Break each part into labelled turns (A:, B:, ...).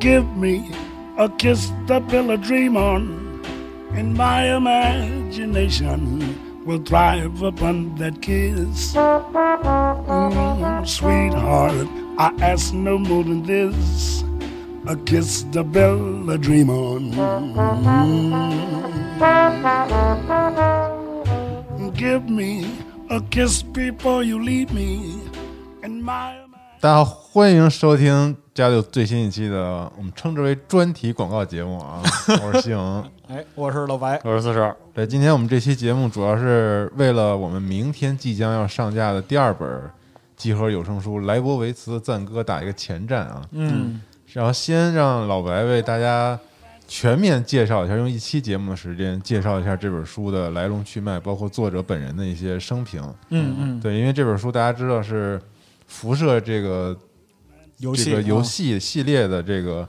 A: give me a kiss to build a dream on, and my imagination will thrive upon that kiss. Mm, sweetheart, I ask no more than this a kiss to build a dream on. Mm. Give me a kiss before you leave me, and my.
B: 大家好，欢迎收听家里有最新一期的，我们称之为专题广告节目 啊。我是西蒙，
C: 哎，我是老
B: 呃
C: 白，
D: 我是四十二，
B: 对，今天我们这期节目主要是为了我们明天即将要上架的第二本集合有声书《莱博维茨的赞歌》打一个前站啊。
C: 嗯，
B: 然后先让老白为大家全面介绍一下，用一期节目的时间介绍一下这本书的来龙去脉，包括作者本人的一些生平。
C: 嗯嗯，
B: 对，因为这本书大家知道是辐射这个
C: 游
B: 这
C: 戏
B: 个游
C: 啊，
B: 戏系列的这个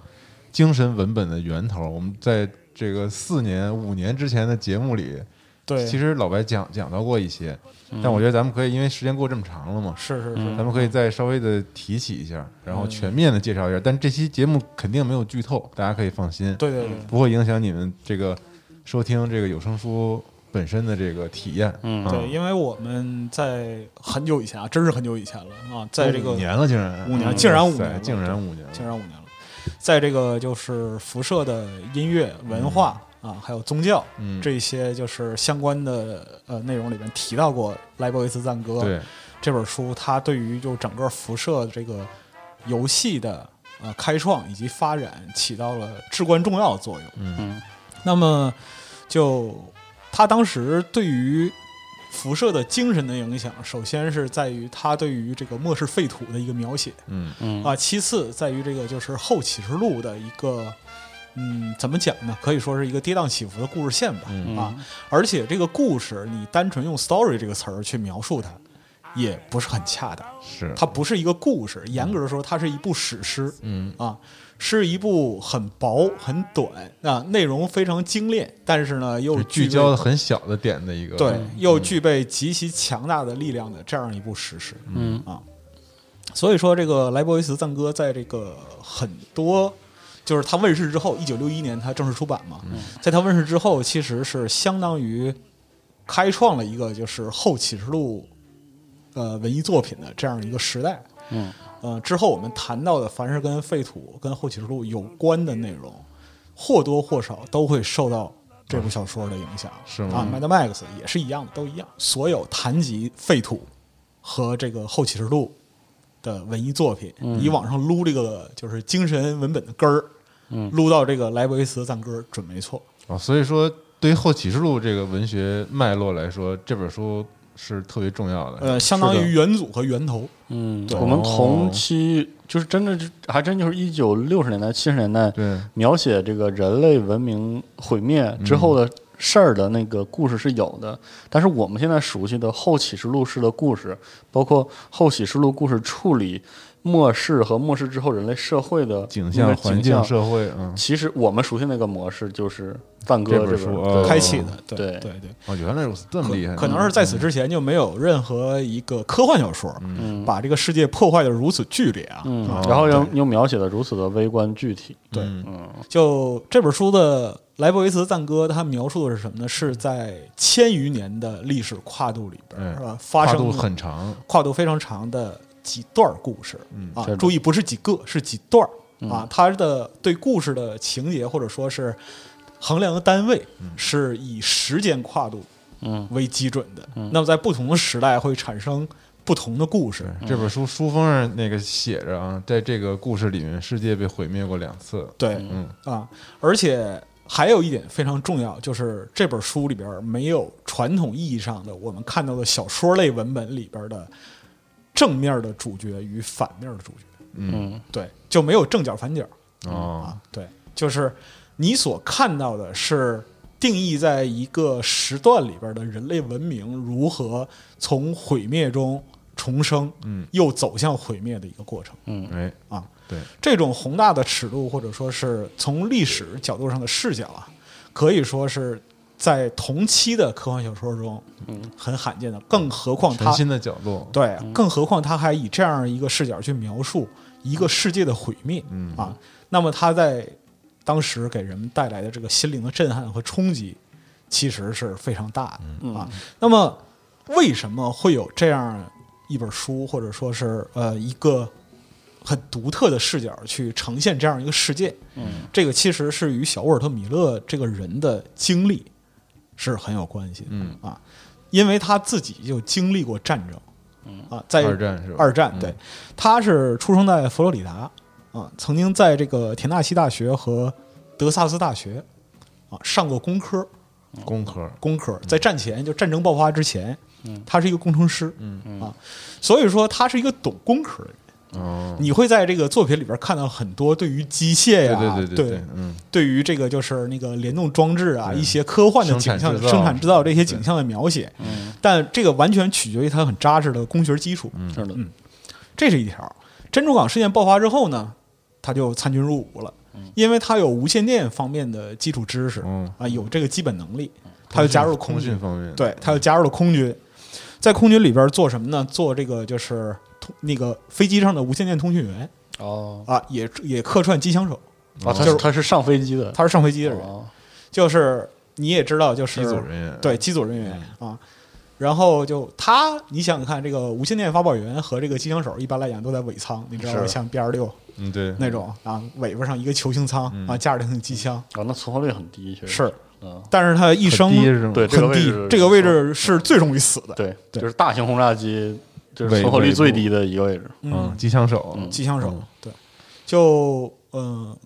B: 精神文本的源头。我们在这个四年、五年之前的节目里，
C: 对，嗯
B: 其实老白讲讲到过一些，但我觉得咱们可以，因为时间过这么长了嘛，
C: 是是是，
B: 咱们可以再稍微的提起一下，然后全面的介绍一下。但这期节目肯定没有剧透，大家可以放心，
C: 对对对
B: 不会影响你们这个收听这个有声书本身的这个体验。嗯，
C: 对，因为我们在很久以前啊，真是很久以前了啊，在这个
B: 五年了，竟然嗯
C: 五年竟然五
B: 哇塞
C: 年了
B: 竟然五年了，
C: 竟然五年了，在这个就是辐射的音乐文化。啊，还有宗教，
B: 嗯
C: 这些就是相关的呃内容里面提到过《莱博维茨赞歌》
B: 对，
C: 这本书，它对于就整个辐射这个游戏的呃开创以及发展起到了至关重要的作用。
B: 嗯
C: 那么就他当时对于辐射的精神的影响，首先是在于他对于这个末世废土的一个描写
B: 嗯
D: 嗯
C: 啊，其次在于这个就是后启示录的一个。嗯，怎么讲呢？可以说是一个跌宕起伏的故事线吧，
B: 嗯
C: 啊，而且这个故事你单纯用 “story” 这个词儿去描述它，也不是很恰当。
B: 是
C: 它不是嗯一个故事，严格的说，它是一部史诗。
B: 嗯
C: 啊，是一部很薄很短啊，内容非常精炼，但是呢又
B: 就
C: 具
B: 聚
C: 备
B: 焦的很小的点的一个
C: 对，嗯又具备极其强大的力量的这样一部史诗。
D: 嗯
C: 啊，所以说这个莱博维茨赞歌在这个很多。就是它问世之后，一九六一年它正式出版嘛，在它问世之后，其实是相当于开创了一个就是后启示录呃文艺作品的这样一个时代。
D: 嗯，
C: 呃，之后我们谈到的凡是跟废土、跟后启示录有关的内容，或多或少都会受到这部小说的影响。
B: 嗯是吗
C: 啊，Mad Max 也是一样的，都一样。所有谈及废土和这个后启示录的文艺作品，
B: 嗯
C: 你往上撸这个就是精神文本的根儿，
B: 嗯
C: 撸到这个莱博维茨的赞歌准没错。
B: 啊，所以说对于后启示录这个文学脉络来说，这本书是特别重哎要的。
C: 呃，相当于元祖和源头。
D: 嗯，
C: 对
D: 我
B: 哦
D: 们同期就是真的是，还真就是一九六十年代、七十年代
B: 对
D: 描写这个人类文明毁灭之后的事儿的那个故事是有的，但是我们现在熟悉的后启示录式的故事，包括后启示录故事处理末世和末世之后人类社会的
B: 景
D: 那
B: 象、
D: 个
B: 环境、
D: 象
B: 社会，嗯，
D: 其实我们熟悉那个模式就是梵歌
B: 这本
D: 这
B: 书
D: 本
B: 哦
D: 对
C: 开启的，对
D: 对
C: 对对，
B: 哦，原来如此，这么厉害，嗯
C: 可可能是在此之前就没有任何一个科幻小说
B: 嗯
C: 把这个世界破坏的如此剧烈啊。
D: 嗯
B: 哦，
D: 然后又又描写的如此的微观具体，
C: 对，
D: 嗯
C: 就这本书的莱博维茨赞歌，它描述的是什么呢？是在千余年的历史跨度里边
B: 嗯
C: 儿，是吧？发
B: 跨
C: 生嗯
B: 度
C: 了
B: 很长，
C: 跨度非常长的几段儿故事，啊
D: 嗯是，的嗯
C: 注意不是几个，是几段儿、啊。它的对故事的情节或者说是衡量的单位是以时间跨度
D: 嗯
C: 为基准的。那么在不同的时代会产生不同的故事。
B: 这本书书封上那个写着啊，在这个故事里面，世界被毁灭过两次。
C: 对，
B: 嗯
C: 啊，而且还有一点非常重要，就是这本书里边儿没有传统意义上的我们看到的小说类文本里边儿的正面的主角与反面的主角，
D: 嗯
C: 对，就没有正角反角。
B: 哦
C: 啊，，对，就是你所看到的是定义在一个时段里边的人类文明如何从毁灭中重生，
B: 嗯，
C: 又走向毁灭的一个过程
B: 哎，
C: 啊。
B: 对，
C: 这种宏大的尺度，或者说是从历史角度上的视角啊，可以说是在同期的科幻小说中，很罕见的。更何况
B: 全
C: 他
B: 新的角度，
C: 对，更何况他还以这样一个视角去描述一个世界的毁灭，嗯啊，那么他在当时给人们带来的这个心灵的震撼和冲击，其实是非常大的、啊。那么为什么会有这样一本书，或者说是呃一个很独特的视角去呈现这样一个世界？嗯，这个其实是与小沃尔特·米勒这个人的经历是很有关系的，
B: 嗯
C: 啊。因为他自己就经历过战争，啊，在
B: 嗯二战是吧嗯
C: 二战对，他是出生在佛罗里达啊，曾经在这个田纳西大学和德萨斯大学啊上过工科，
B: 工科，
C: 工科，
B: 嗯
C: 在战前就战争爆发之前，他是一个工程师，
B: 嗯
C: 啊，所以说他是一个懂工科的人。
B: 哦，
C: 你会在这个作品里边看到很多对于机械呀、
B: 对对
C: 对
B: 对对对嗯
C: 对于这个就是那个联动装置啊，一些科幻的景象、
B: 生产制造
C: 生产制造这些景象的描写，但这个完全取决于它很扎实的工学基础，
B: 嗯
D: 是的，
C: 这是一条。珍珠港事件爆发之后呢，他就参军入伍了，因为他有无线电方面的基础知识，
B: 嗯
C: 啊，有这个基本能力，他就加入空
B: 通
C: 军
B: 讯方面，
C: 对，他又加入了空军，在空军里边做什么呢？做这个就是通那个飞机上的无线电通讯员
D: 哦，
C: 啊，也也客串机枪手，
D: 啊，他
C: 就是
D: 他是上飞机的，
C: 他是上飞机的人，
D: 哦
C: 就是你也知道，就是
B: 机组人员嗯
C: 对机组人员啊。然后就他，你想想看，这个无线电发报员和这个机枪手，一般来讲都在尾舱，你知道吧，
D: 是
C: 像 B 二六
B: 嗯对，
C: 那种啊，尾巴上一个球形舱
B: 嗯
C: 啊，架着两挺机枪
D: 啊，那存活率很低，确实
C: 是，
D: 嗯，
C: 但是他一
B: 很
C: 生
B: 低是吗？
D: 对这个
C: 很
D: 位
C: 低
D: 置，
C: 这个位置是最容易死的。
D: 对，
C: 对
D: 就是大型轰炸机，就是
B: 尾
D: 存活率
B: 尾部
D: 最低的一个位置，
B: 嗯，机枪手，
C: 机枪手，对，就嗯、呃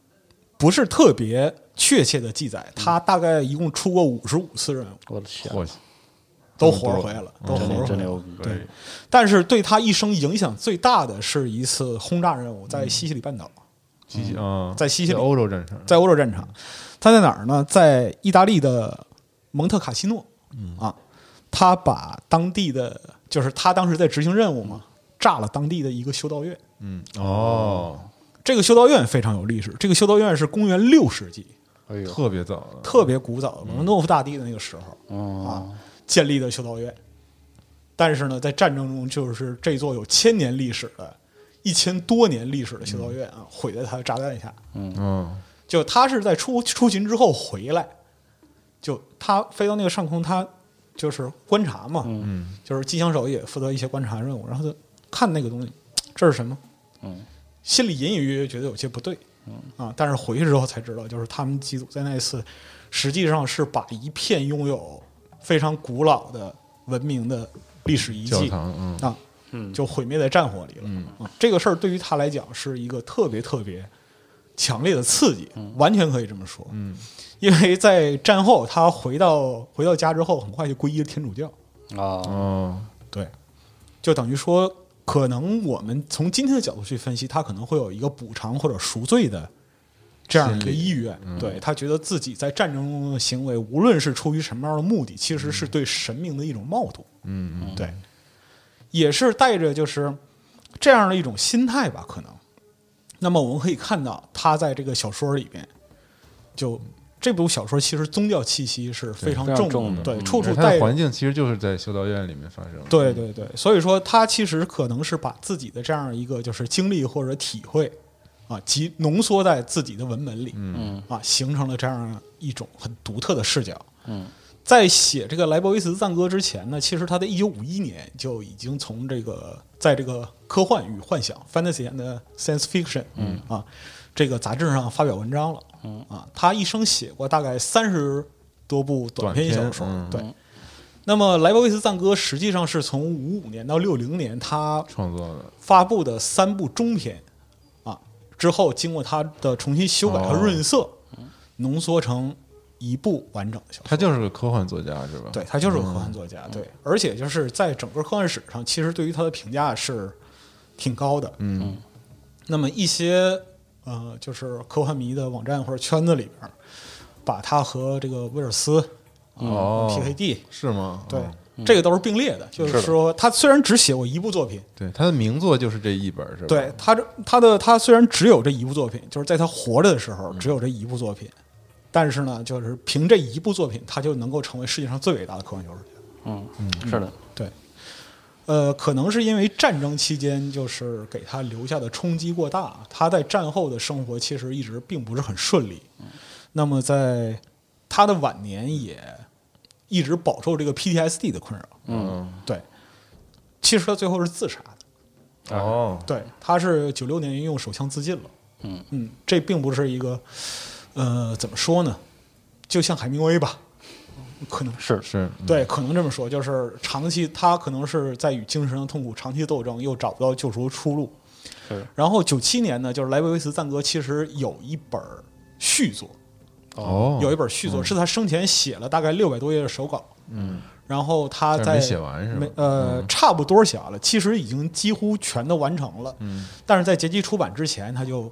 C: 不是特别确切的记载，他大概一共出过五十五次任务，
D: 我的天，
B: 我
C: 都活着回来了，
B: 嗯
C: 都
D: 真
C: 活
D: 牛
C: 着回
D: 真
C: 来
D: 牛
C: 了。
D: 逼，
B: 对，
C: 但是对他一生影响最大的是一次轰炸任务，在西西里半岛，
B: 机啊，
C: 在西西里
B: 欧洲战场，
C: 在欧洲战场，他在哪儿呢？在意大利的蒙特卡西诺，啊，他把当地的就是他当时在执行任务嘛，炸了当地的一个修道院。
B: 嗯哦，
C: 这个修道院非常有历史，这个修道院是公元六世纪，
D: 哎呦，
B: 特别早了，
C: 特别古早的蒙诺夫大帝的那个时候啊
D: 嗯，
C: 建立的修道院。但是呢，在战争中，就是这座有千年历史的、一千多年历史的修道院啊，毁在他的炸弹下。
B: 嗯
C: 就他是在出出巡之后回来，就他飞到那个上空，他就是观察嘛，
B: 嗯，
C: 就是机枪手也负责一些观察任务，然后就看那个东西，这是什么？
D: 嗯，
C: 心里隐隐约约觉得有些不对，嗯啊，但是回去之后才知道，就是他们机组在那一次，实际上是把一片拥有非常古老的文明的历史遗
B: 教
C: 迹
B: 堂，嗯
C: 啊，就毁灭在战火里了。啊，这个事儿对于他来讲是一个特别特别强烈的刺激，完全可以这么说。嗯，因为在战后，他回到回到家之后，很快就皈依了天主教。
D: 啊，
B: 哦，
C: 对，就等于说，可能我们从今天的角度去分析，他可能会有一个补偿或者赎罪的这样一个意愿。对他觉得自己在战争中的行为，无论是出于什么样的目的，其实是对神明的一种冒顿。
B: 嗯嗯
C: 对，也是带着就是这样的一种心态吧，可能。那么我们可以看到，他在这个小说里面，就这部小说其实宗教气息是非常
D: 非
C: 重
D: 常重的
C: 对，
D: 嗯
C: 处处
B: 而它
C: 带
B: 的
C: 着
B: 环境其实就是在修道院里面发生的，
C: 对对对，所以说他其实可能是把自己的这样一个就是经历或者体会啊，集浓缩在自己的文本里，
D: 嗯
C: 啊，形成了这样一种很独特的视角。
D: 嗯，
C: 在写这个莱博维茨赞歌之前呢，其实他在一九五一年就已经从这个在这个科幻与幻想 （fantasy and science fiction） 嗯啊这个杂志上发表文章了。嗯啊，他一生写过大概三十多部短篇小
B: 短篇
C: 说，
B: 嗯
C: 对。那么，莱博维茨赞歌实际上是从五五年到六零年，他
B: 创作的，
C: 发布的三部中篇啊，之后经过他的重新修改和润色，浓缩成一部完整的小说。
B: 他就是个科幻作家是吧？
C: 对他就是个科幻作家，对，而且就是在整个科幻史上，其实对于他的评价是挺高的。嗯，那么一些呃，就是科幻迷的网站或者圈子里边儿，把他和这个威尔斯、啊
B: 哦
C: PKD
B: 是吗？
C: 对
B: 哦，
C: 这个都是并列的，就是说他虽然只写过一部作品，
B: 对，他的名作就是这一本是吧？
C: 对，嗯他这他的他虽然只有这一部作品，就是在他活着的时候只有这一部作品，但是呢，就是凭这一部作品，他就能够成为世界上最伟大的科幻小说家。
D: 嗯，是的，
C: 对，呃，可能是因为战争期间就是给他留下的冲击过大，他在战后的生活其实一直并不是很顺利。那么在他的晚年也一直饱受这个 PTSD 的困扰。
B: 嗯，
C: 对，其实他最后是自杀的。
B: 哦，
C: 对，他是九六年用手枪自尽了。
D: 嗯
C: 嗯，这并不是一个，呃，怎么说呢？就像海明威吧，可能
D: 是
B: 是，嗯
C: 对，可能这么说，就是长期他可能是在与精神上痛苦长期斗争，又找不到救赎出路。
D: 是
C: 然后九七年呢，就是莱维维茨赞歌其实有一本儿续作，
B: 哦，
C: 有一本续作、是他生前写了大概六百多页的手稿，
B: 嗯，
C: 然后他
B: 但是
C: 在
B: 没写完是吧嗯
C: 没呃，差不多写完了，其实已经几乎全都完成了，
B: 嗯
C: 但是在结集出版之前他就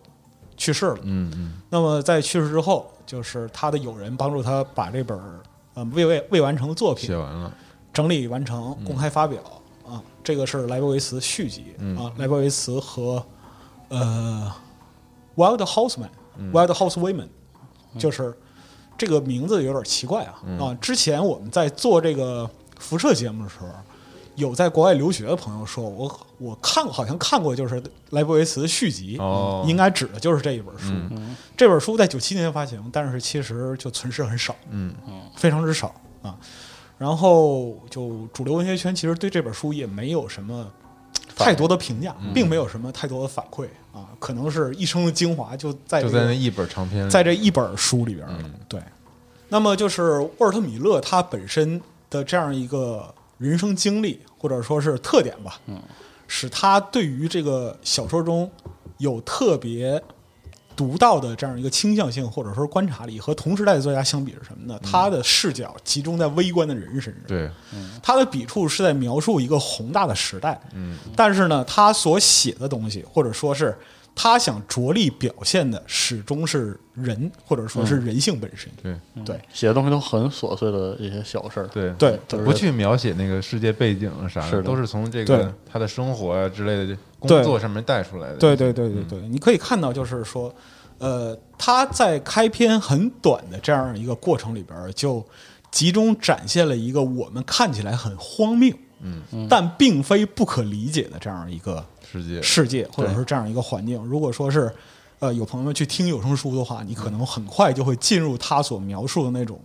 C: 去世了。
B: 嗯嗯，
C: 那么在去世之后，就是他的友人帮助他把这本儿呃未未未完成的作品
B: 写完了，
C: 整理完成，公开发表、啊。这个是莱博维茨续集、啊，莱博维茨和呃 Wild Houseman、Wild Housewomen，就是这个名字有点奇怪啊、啊！之前我们在做这个辐射节目的时候。有在国外留学的朋友说，我我看好像看过，就是莱博维茨的续集，
B: 哦
C: 应该指的就是这一本书。这本书在九七年发行，但是其实就存世很少，
B: 嗯
C: 非常之少啊。然后就主流文学圈其实对这本书也没有什么太多的评价，
B: 嗯
C: 并没有什么太多的反馈啊，可能是一生的精华就在
B: 就
C: 这个
B: 在那一本长篇里，
C: 在这一本书里边了。对，那么就是沃尔特米勒他本身的这样一个人生经历或者说是特点吧，嗯，使他对于这个小说中有特别独到的这样一个倾向性或者说观察力，和同时代的作家相比是什么呢？他的视角集中在微观的人身上，
B: 对，
C: 他的笔触是在描述一个宏大的时代，嗯，但是呢，他所写的东西，或者说是他想着力表现的，始终是人，或者说是人性本身。
B: 对
C: 对
D: 写的东西都很琐碎的一些小事儿，
B: 对
C: 对
D: 都是
B: 不去描写那个世界背景啊啥
D: 是的
B: 都是从这
C: 对
B: 个他的生活啊之类的
C: 对
B: 工作上面带出来的。
C: 对对对对对，你可以看到，就是说，呃，他在开篇很短的这样一个过程里边儿，就集中展现了一个我们看起来很荒谬，嗯，但并非不可理解的这样一个
B: 世界，
C: 世界，或者是这样一个环境。如果说是呃有朋友们去听有声书的话，你可能很快就会进入他所描述的那种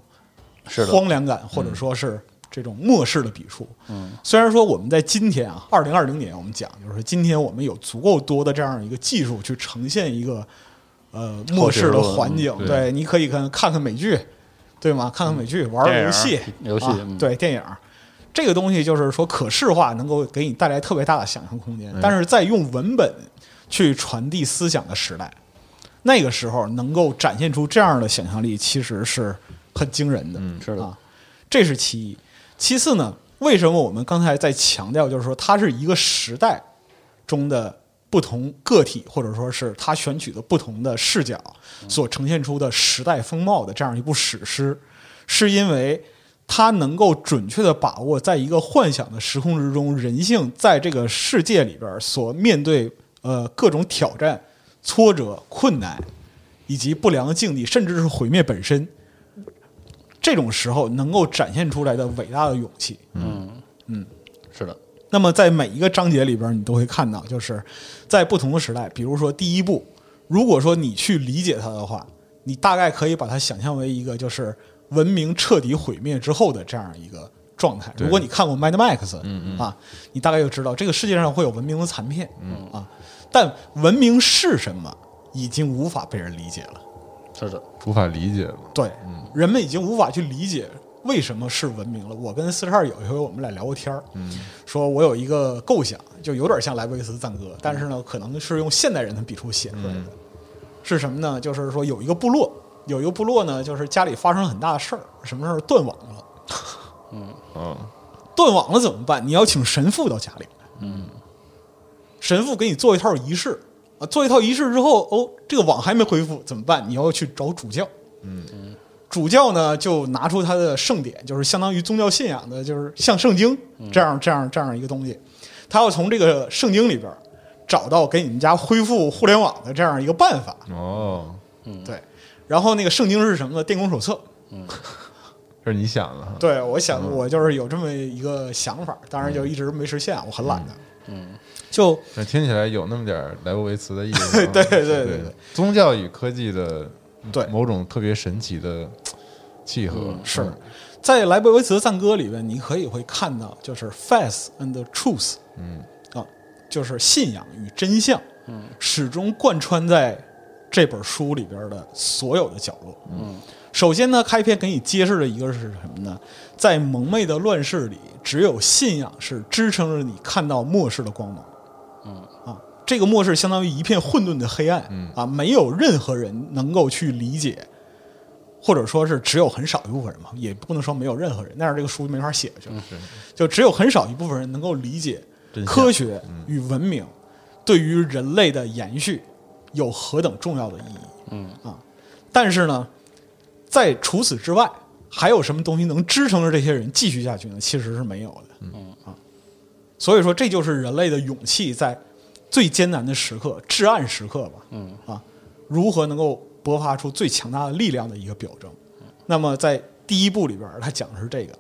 D: 是的
C: 荒凉感，或者说是这种末世的笔触。嗯，虽然说我们在今天啊，二零二零年我们讲，就是说今天我们有足够多的这样一个技术去呈现一个呃末世的环境，
B: 嗯对
C: 对，你可以看看看美剧，对吗？看看美剧，玩玩游戏，
D: 游戏
C: 啊
D: 嗯
C: 对电影儿。这个东西就是说可视化，能够给你带来特别大的想象空间。
D: 嗯
C: 但是在用文本去传递思想的时代，那个时候能够展现出这样的想象力，其实是很惊人的。嗯
D: 是的
C: 啊，这是其一。其次呢，为什么我们刚才在强调，就是说它是一个时代中的不同个体，或者说是他选取的不同的视角所呈现出的时代风貌的这样一部史诗，是因为它能够准确的把握在一个幻想的时空之中，人性在这个世界里边所面对呃各种挑战、挫折、困难，以及不良境地，甚至是毁灭本身。这种时候能够展现出来的伟大的勇气，
D: 嗯
B: 嗯
D: 是的，
C: 那么在每一个章节里边，你都会看到，就是在不同的时代，比如说第一部，如果说你去理解它的话，你大概可以把它想象为一个就是文明彻底毁灭之后的这样一个状态。如果你看过《Mad Max》，啊，你大概就知道这个世界上会有文明的残片，啊，但文明是什么已经无法被人理解了。
D: 是的，
B: 无法理解了。
C: 对，人们已经无法去理解为什么是文明了。我跟四十二有一回我们俩聊过天儿，说我有一个构想，就有点像莱布维茨赞歌，但是呢，可能是用现代人的笔触写出来的。是什么呢？就是说有一个部落，有一个部落呢，就是家里发生了很大的事儿，什么事儿断网了，
B: 嗯，
C: 断网了怎么办？你要请神父到家里来，嗯，神父给你做一套仪式啊，做一套仪式之后，哦，这个网还没恢复怎么办？你要去找主教，嗯主教呢就拿出他的圣典，就是相当于宗教信仰的，就是像圣经这样这样这样一个东西，他要从这个圣经里边找到给你们家恢复互联网的这样一个办法，
B: 哦，
C: 对，然后那个圣经是什么呢？电工手册。
B: 这是你想的哈。
C: 对，我想我就是有这么一个想法，当然就一直没实现，我很懒的。嗯，就
B: 那听起来有那么点儿莱布维茨的意思啊。
C: 对对对
B: 对
C: 对，
B: 宗教与科技的
C: 对嗯
B: 某种特别神奇的契合
C: 是在莱布维茨的赞歌里面，你可以会看到，就是 faith and truth，
B: 嗯
C: 啊，就是信仰与真相，嗯，始终贯穿在这本书里边的所有的角落。嗯，首先呢，开篇给你揭示的一个是什么呢？在蒙昧的乱世里，只有信仰是支撑着你看到末世的光芒。嗯啊，这个末世相当于一片混沌的黑暗，嗯啊，没有任何人能够去理解。或者说是只有很少一部分人嘛，也不能说没有任何人，那样这个书就没法写下去了。就只有很少一部分人能够理解
B: 真相
C: 科学与文明对于人类的延续有何等重要的意义。嗯啊，但是呢，在除此之外，还有什么东西能支撑着这些人继续下去呢？其实是没有的。嗯啊，所以说这就是人类的勇气在最艰难的时刻、至暗时刻吧。嗯啊，如何能够勃发出最强大的力量的一个表征。那么在第一部里边儿，他讲的是这个；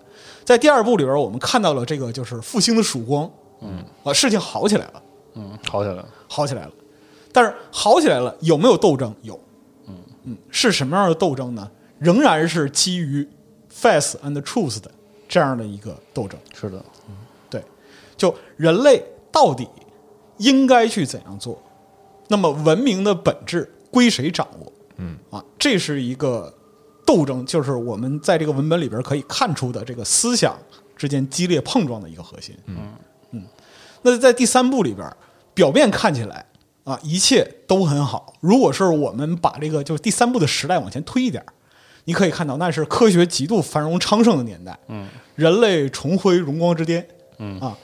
C: 在第二部里边儿，我们看到了这个就是复兴的曙光。嗯啊，事情好起来了，
D: 嗯，好起来了。
C: 好起来了。但是好起来了，有没有斗争？有。嗯嗯，是什么样的斗争呢？仍然是基于 faith and truth 的这样的一个斗争。
D: 是的，
C: 对，就人类到底应该去怎样做？那么文明的本质归谁掌握？嗯啊，这是一个斗争，就是我们在这个文本里边可以看出的这个思想之间激烈碰撞的一个核心。嗯嗯，那在第三部里边，表面看起来啊一切都很好。如果是我们把这个就是第三部的时代往前推一点儿，你可以看到那是科学极度繁荣昌盛的年代，嗯，人类重回荣光之巅，嗯啊，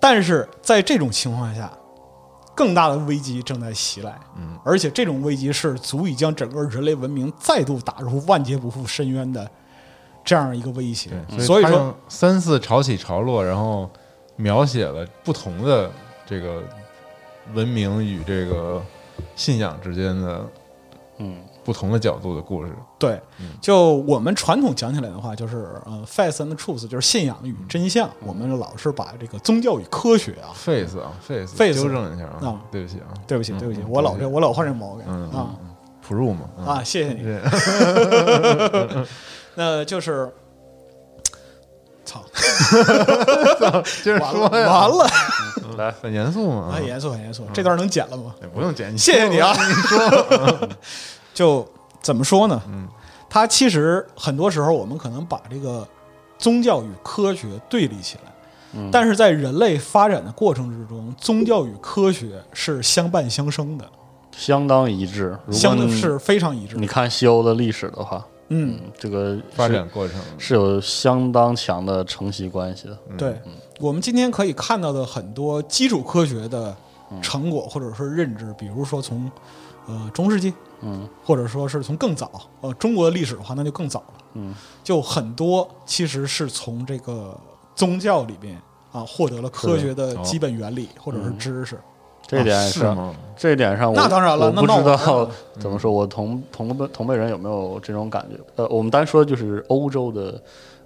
C: 但是在这种情况下，更大的危机正在袭来，嗯，而且这种危机是足以将整个人类文明再度打入万劫不复深渊的这样一个威胁。
B: 对，
C: 所以
B: 嗯他
C: 说
B: 用，三次潮起潮落，然后描写了不同的这个文明与这个信仰之间的
D: 嗯
B: 不同的角度的故事。
C: 对，
B: 嗯
C: 就我们传统讲起来的话，就是呃，faith and truth，就是信仰
B: 嗯
C: 与真相。我们老是把这个宗教与科学啊，
B: Face 啊，Face，
C: Face
B: 纠正一下啊
C: 啊，
B: 对不起啊，
C: 对不起，对不起，
B: 嗯
C: 我老
B: 对
C: 这我老患这毛病
B: 嗯
C: 啊
B: 普入嘛，嗯
C: 啊，谢谢你。
B: 对，
C: 那就是，操，
B: 接着
C: 完
B: 说
C: 了
B: 呀，
C: 完了，
D: 来，
B: 很严肃嘛，
C: 很
B: 啊
C: 严肃，很严肃，这段能剪了吗？
B: 哎不用剪，
C: 谢谢你啊， 你说， 就怎么说呢？嗯，它其实很多时候我们可能把这个宗教与科学对立起来，
D: 嗯
C: 但是在人类发展的过程之中，宗教与科学是相伴相生的，
D: 相当一致。如果
C: 相
D: 你
C: 是非常一致的
D: 你。看西欧的历史的话，
C: 嗯，
D: 这个是
B: 发展过程，
D: 是有相当强的承袭关系的。
C: 对，我们今天可以看到的很多基础科学的成果或者说认知，比如说从呃中世纪，嗯，或者说是从更早，呃中国的历史的话，那就更早了，嗯，就很多其实是从这个宗教里边啊获得了科学的基本原理或者是知识，
D: 这一点
B: 啊是
D: 上，
B: 吗？
D: 这一点上我，
C: 那当然了
D: 我
C: 那
D: 不
C: 那
D: 知
C: 我
D: 道怎么说，我同同辈同辈人有没有这种感觉？呃，我们单说就是欧洲的，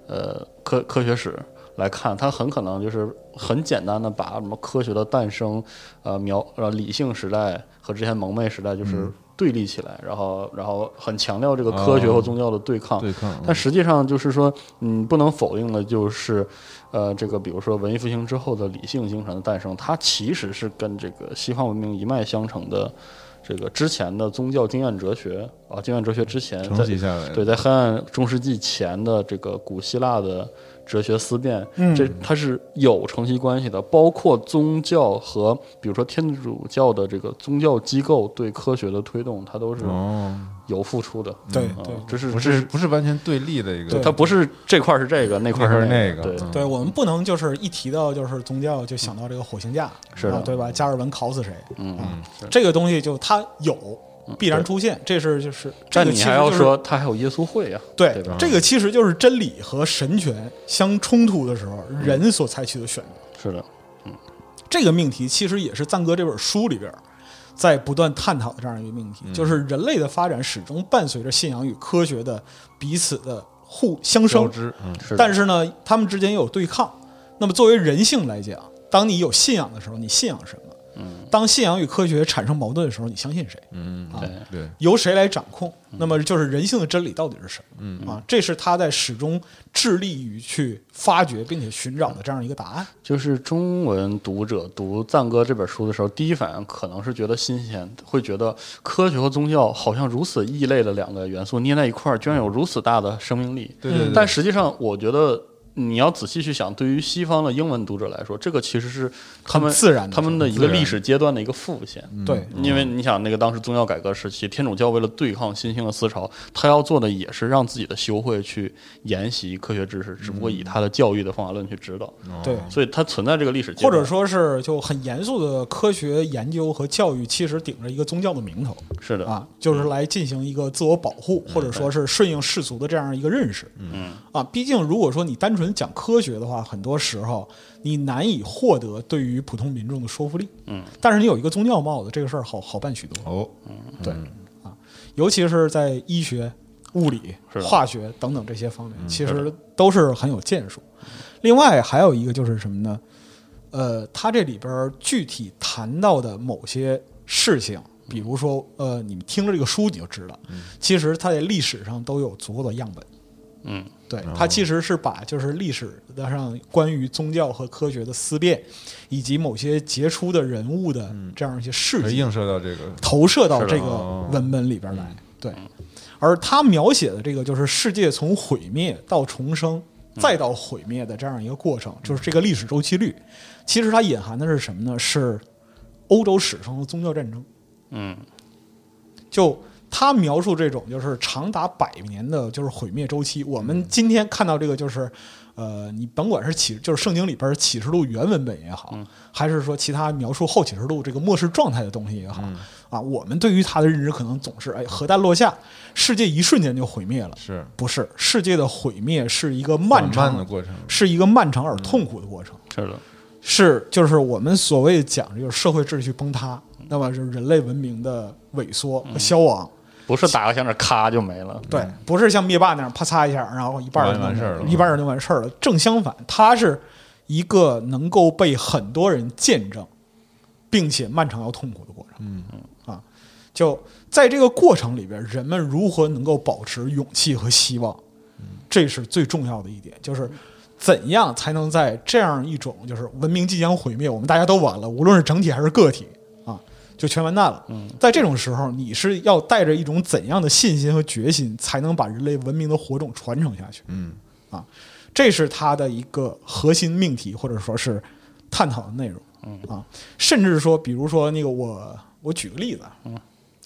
D: 呃，科科学史来看，它很可能就是很简单的把什么科学的诞生，呃，描呃理性时代和之前蒙昧时代
C: 嗯
D: 就是对立起来，然后然后很强调这个科学
B: 哦
D: 和宗教的对抗，
B: 对抗，
D: 但实际上就是说，嗯，不能否定的就是，呃，这个比如说文艺复兴之后的理性精神的诞生，它其实是跟这个西方文明一脉相承的，这个之前的宗教经验哲学啊，经验哲学之前
B: 承
D: 在
B: 袭下来的
D: 对，在黑暗中世纪前的这个古希腊的哲学思辨，
C: 嗯
D: 这它是有承袭关系的，包括宗教和比如说天主教的这个宗教机构对科学的推动，它都是
B: 哦，
D: 有付出的。
C: 对
D: 啊
C: 对。
D: 这是
B: 不
D: 这
B: 是不是完全对立的一个，嗯
C: 对
D: 它不是这块儿是这个，那块儿
B: 那块儿是
D: 是那
B: 那个嗯
D: 对，
C: 对我们不能就是一提到就是宗教就想到这个火星架，
D: 嗯是的
C: 啊对吧？加尔文烤死谁？
D: 嗯
C: 啊，这个东西就它有必然出现，这是就是这
D: 但
C: 个
D: 你
C: 其实
D: 还要
C: 就是
D: 说，它还有耶稣会啊呀，
C: 对
D: 吧？
C: 这个其实就是真理和神权相冲突的时候，
D: 嗯
C: 人
B: 嗯
C: 所采取的选择。
D: 是的，
C: 这个命题其实也是赞歌这本书里边儿在不断探讨的这样一个命
D: 嗯
C: 题，就是人类的发展始终伴随着信仰与科学的彼此的互相生
B: 交。织，嗯，
D: 是的
C: 但是呢，他们之间又有对抗。那么作为人性来讲，当你有信仰的时候，你信仰什么？
D: 嗯
C: 当信仰与科学产生矛盾的时候，你相信谁？嗯啊，
B: 对，
C: 由谁来掌控？
D: 嗯
C: 那么就是人性的真理到底是什么？嗯啊，这是他在始终致力于去发掘并且寻找的这样一个答案。
D: 就是中文读者读赞歌这本书的时候，第一反应可能是觉得新鲜，会觉得科学和宗教好像如此异类的两个元素捏在一块儿，居然有如此大的生命力。
B: 对对对
D: 但实际上，我觉得你要仔细去想，对于西方的英文读者来说，这个其实是他们
C: 很自然的
D: 他们的一嗯个
B: 自然
D: 历史阶段的一个复现。
C: 对，
D: 因为你想，那个当时宗教改革时期，天主教为了对抗新兴的思潮，他要做的也是让自己的修会去研习科学知识，只不过以
C: 嗯
D: 他的教育的方法论去指导。
B: 哦
C: 对
D: 所以它存在这个历史
C: 嗯
D: 阶
C: 或
D: 段，
C: 者说是就很严肃的科学研究和教育，其实顶着一个宗教的名头
D: 是的，嗯
C: 啊，就是来进行一个自我保护，或者说是顺应世俗的这样一个认识。嗯啊，毕竟如果说你单纯讲科学的话，很多时候你难以获得对于普通民众的说服力。嗯，但是你有一个宗教帽子，这个事儿好好办许多。
B: 哦，
C: 对啊，尤其是在医学、物理
D: 是、的嗯
C: 化学等等这些方面，其
D: 是
C: 实都是很有建树。另外还有一个就是什么呢？呃，它这里边儿具体谈到的某些事情，比如说，呃，你们听着这个书你就知道，其实它在历史上都有足够的样本。
D: 嗯，
C: 对，它其实是把就是历史的上关于宗教和科学的思辨，以及某些杰出的人物的
B: 嗯
C: 这样一些事
B: 可以
C: 迹，
B: 映射到这个，
C: 投射到
D: 是的
C: 这个
B: 哦
C: 文本里边来。对，而他描写的这个就是世界从毁灭到重生，再到毁灭的这样一个过程，就是这个历史周期率。其实它隐含的是什么呢？是欧洲史上的宗教战争。
D: 嗯，
C: 就他描述这种就是长达百年的就是毁灭周
B: 嗯
C: 期。我们今天看到这个就是，呃，你甭管是启就是圣经里边启示录原文本也好，
B: 嗯
C: 还是说其他描述后启示录这个末世状态的东西也好，
B: 嗯
C: 啊，我们对于它的认知可能总是哎，核弹落下，世界一瞬间就毁灭了。
B: 是
C: 不是世界的毁灭是一个漫
B: 缓
C: 长
B: 慢的过程嗯
C: 是一个漫长而痛苦的过程。
D: 是的，
C: 是就是我们所谓讲这个社会秩序崩塌，
B: 嗯
C: 那么就是人类文明的萎缩和消亡。
D: 不是打个响指咔就没了，
C: 对，不是像灭霸那样啪嚓一下，然后一半儿就
B: 完完事儿了
C: 一半儿就完事儿了。正相反，它是一个能够被很多人见证，并且漫长又痛苦的过程。嗯啊，就在这个过程里边，人们如何能够保持勇气和希望，这是最重要的一点，就是。怎样才能在这样一种就是文明即将毁灭，我们大家都完了，无论是整体还是个体啊，就全完蛋了。在这种时候，你是要带着一种怎样的信心和决心，才能把人类文明的火种传承下去？嗯，啊，这是他的一个核心命题，或者说是探讨的内容。嗯啊，甚至说，比如说那个我，我举个例子，嗯，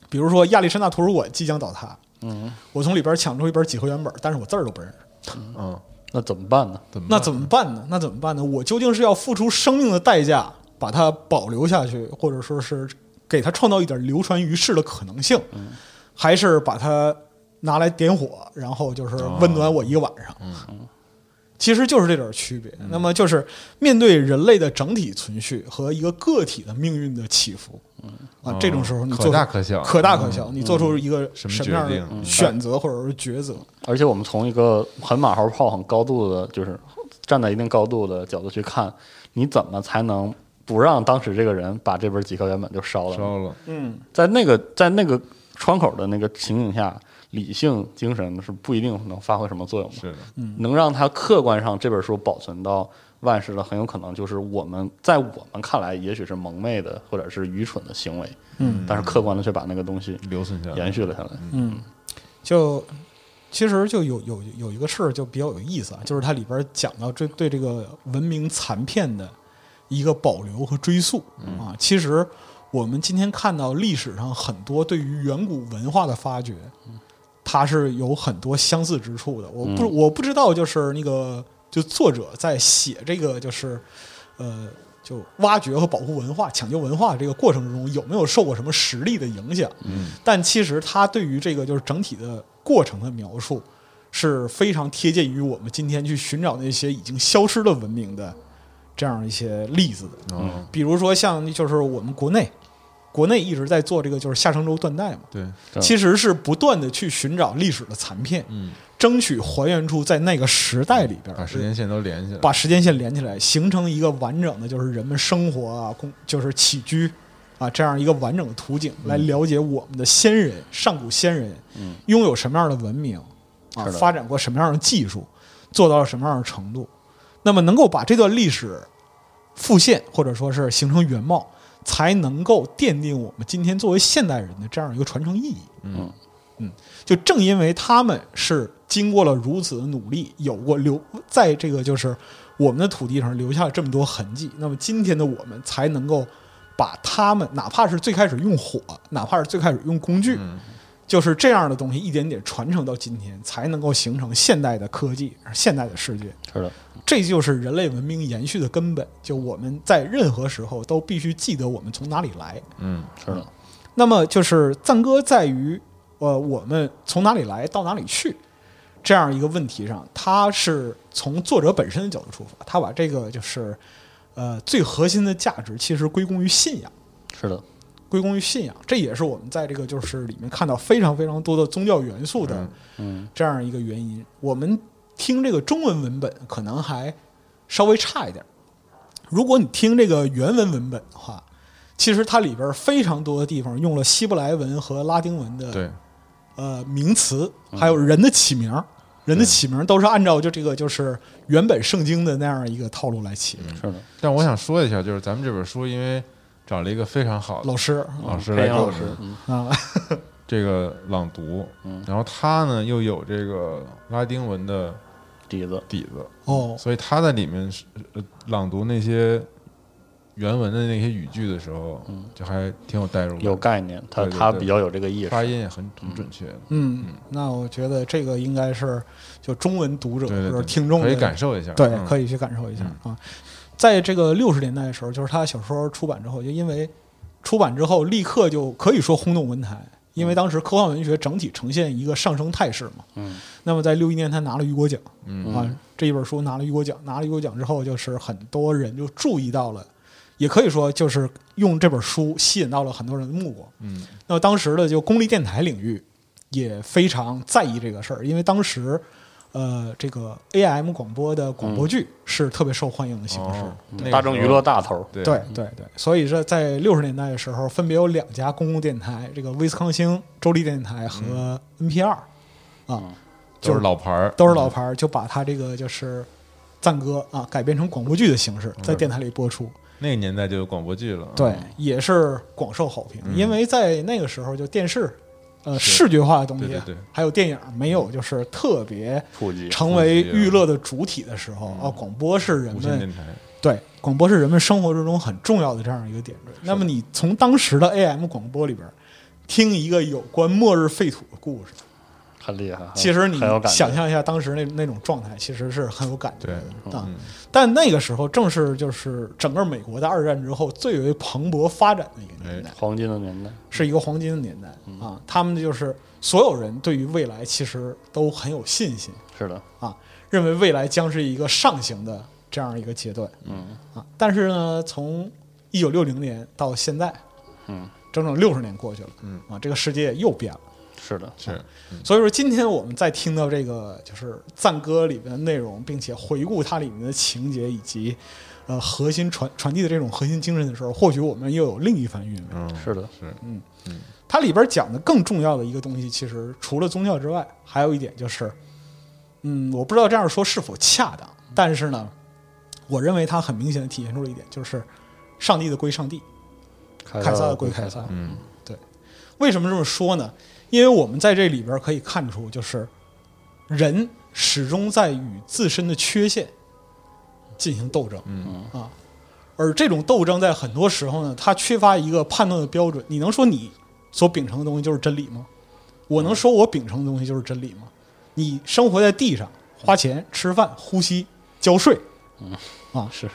C: 比如说亚历山大图书馆即将倒塌，嗯，我从里边抢出一本几何原本，但是我字儿都不认识。
B: 嗯，
D: 那怎么办呢？
B: 怎么
C: 那怎么办呢？那怎么办呢？我究竟是要付出生命的代价把它保留下去，或者说是给它创造一点流传于世的可能性，
B: 嗯
C: 还是把它拿来点火，然后就是温暖我一个晚上？
B: 哦嗯
C: 其实就是这点区别。那么就是面对人类的整体存续和一个个体的命运的起伏，啊，这种时候你
B: 嗯哦
C: 做
B: 可大
C: 出
B: 可小嗯
C: 可大可小，你做出一个
B: 什
C: 什
B: 么
C: 么样
B: 决定
C: 的
B: 嗯
C: 选择或者是抉择？
D: 而且我们从一个很马后炮、很高度的，就是站在一定高度的角度去看，你怎么才能不让当时这个人把这本几何原本就烧了？
B: 烧了？
C: 嗯，
D: 在那个在那个窗口的那个情景下，理性精神是不一定能发挥什么作用的。
B: 是的，
D: 能让它客观上这本书保存到万世的，很有可能就是我们在我们看来，也许是蒙昧的或者是愚蠢的行为，
C: 嗯，
D: 但是客观的却把那个东西
B: 留存下来，
D: 延续了下来。
C: 嗯，就其实就有有有一个事儿就比较有意思啊，就是它里边讲到这对这个文明残片的一个保留和追溯啊。其实我们今天看到历史上很多对于远古文化的发掘，它是有很多相似之处的。我不我不知道，就是那个就作者在写这个就是呃。就挖掘和保护文化、抢救文化这个过程中，有没有受过什么实力的影响？嗯，但其实他对于这个就是整体的过程的描述，是非常贴近于我们今天去寻找那些已经消失的文明的这样一些例子的。
B: 哦，
C: 比如说像就是我们国内国内一直在做这个就是夏商周断代嘛，
B: 对，
D: 对
C: 其实是不断的去寻找历史的残片，
B: 嗯，
C: 争取还原出在那个时代里边
B: 把时间线都连起来，
C: 把时间线连起来，形成一个完整的，就是人们生活啊，工就是起居啊这样一个完整的图景，来了解我们的先人、上古先人，
D: 嗯
C: 拥有什么样的文明啊
D: 是，的
C: 发展过什么样的技术，做到了什么样的程度，那么能够把这段历史复现，或者说是形成原貌，才能够奠定我们今天作为现代人的这样一个传承意义。
B: 嗯
C: 嗯，就正因为他们是经过了如此的努力，有过留在这个就是我们的土地上留下了这么多痕迹，那么今天的我们才能够把他们，哪怕是最开始用火，哪怕是最开始用工具，就是这样的东西一点点传承到今天，才能够形成现代的科技、现代的世界。
D: 是的，
C: 这就是人类文明延续的根本。就我们在任何时候都必须记得我们从哪里来。
B: 嗯
D: 是的，
C: 那么就是赞歌在于，呃，我们从哪里来到哪里去这样一个问题上，他是从作者本身的角度出发，他把这个就是，呃，最核心的价值其实归功于信仰，
D: 是的，
C: 归功于信仰，这也是我们在这个就是里面看到非常非常多的宗教元素的
D: 嗯，
C: 这样一个原因。我们听这个中文文本可能还稍微差一点儿，如果你听这个原文文本的话，其实它里边儿非常多的地方用了希伯来文和拉丁文的
B: 对，
C: 呃名词，
D: 嗯
C: 还有人的起名儿。人的起名儿都是按照就这个就是原本圣经的那样一个套路来起的。
D: 是的，
B: 但我想说一下，就是咱们这本书因为找了一个非常好的
C: 老师
B: 老师
D: 培
B: 来
D: 养
B: 给我
D: 老师
B: 们，
D: 嗯
C: 啊，
B: 这个朗读，
C: 嗯
B: 然后他呢又有这个拉丁文的
D: 底子，
B: 底子，
C: 哦，
B: 所以他在里面是呃朗读那些原文的那些语句的时候，
C: 嗯
B: 就还挺有代入感，
D: 有概念，他
B: 嗯对对
D: 他
B: 对
D: 比较有这个意识，嗯
B: 发音也很很准确，
C: 嗯，那我觉得这个应该是就中文读者
B: 对对
C: 或者
B: 对，
C: 听众
B: 可以
C: 的
B: 感受一下，
C: 对，
B: 嗯
C: 可以去感受一下、啊。在这个六十年代的时候，就是他小说出版之后，就因为出版之后立刻就可以说轰动文坛，因为当时科幻文学整体呈现一个上升态势嘛。
D: 嗯，
C: 那么在六一年他拿了雨果奖，
B: 嗯
C: 啊，这一本书拿了雨果奖，拿了雨果奖之后，就是很多人就注意到了，也可以说就是用这本书吸引到了很多人的目光。
B: 嗯，
C: 那么当时的就公立电台领域也非常在意这个事儿，因为当时呃这个 AM 广播的广播剧是特别受欢嗯迎的形式。
B: 嗯哦，那个
D: 大众娱乐大头，
B: 对
C: 对对对，所以说在六十年代的时候，分别有两家公共电台，这个威斯康星州立电台
B: 嗯
C: 和 NPR，、啊，
B: 都
C: 就是是
B: 老牌儿，嗯
C: 都是老牌儿，就把它这个就是赞歌啊改编成广播剧的形式，
B: 嗯
C: 在电台里播出。
B: 那个年代就有广播剧了，
C: 对，嗯也是广受好
B: 嗯
C: 评，因为在那个时候就电视，呃，视觉化的东西，
B: 对对对嗯
C: 还有电影没有就是特别
D: 普及
C: 成为娱乐的主体的时候啊，广播是人
B: 啊嗯无线电
C: 们
B: 台，
C: 对广播是人们生活之中很重要的这样一个点缀。那么你从当时的 AM 广播里边听一个有关末日废土的故事，
D: 很厉害，很
C: 其实你
D: 很有感觉
C: 想象一下当时那那种状态，其实是很有感觉
B: 对
C: 的。啊、
D: 嗯
C: 但那个时候正是就是整个美国在二战之后最为蓬勃发展的一个年代，
D: 黄金的年代，
C: 是一个黄金的年代
D: 嗯
C: 啊。他们就是所有人对于未来其实都很有信心
D: 是的，
C: 啊，认为未来将是一个上行的这样一个阶段。
D: 嗯，
C: 啊，但是呢，从一九六零年到现在，
D: 嗯，
C: 整整六十年过去了，嗯啊，这个世界又变了。
D: 是的，
B: 是，
C: 所以说，今天我们在听到这个就是赞歌里面的内容，并且回顾它里面的情节以及呃核心传传递的这种核心精神的时候，或许我们又有另一番韵味。
B: 嗯，
D: 是的，
B: 是，
C: 它里边讲的更重要的一个东西，其实除了宗教之外，还有一点就是，嗯，我不知道这样说是否恰当，但是呢，我认为它很明显的体现出了一点，就是上帝的归上帝，
D: 凯
C: 凯撒
D: 撒
C: 的归
D: 凯
C: 凯撒。
B: 嗯，
C: 为什么这么说呢？因为我们在这里边可以看出，就是人始终在与自身的缺陷进行斗争，
B: 嗯
C: 啊，而这种斗争在很多时候呢，它缺乏一个判断的标准。你能说你所秉承的东西就是真理吗？我能说我秉承的东西就是真理吗？你生活在地上，花钱、吃饭、呼吸、交税，啊，
D: 是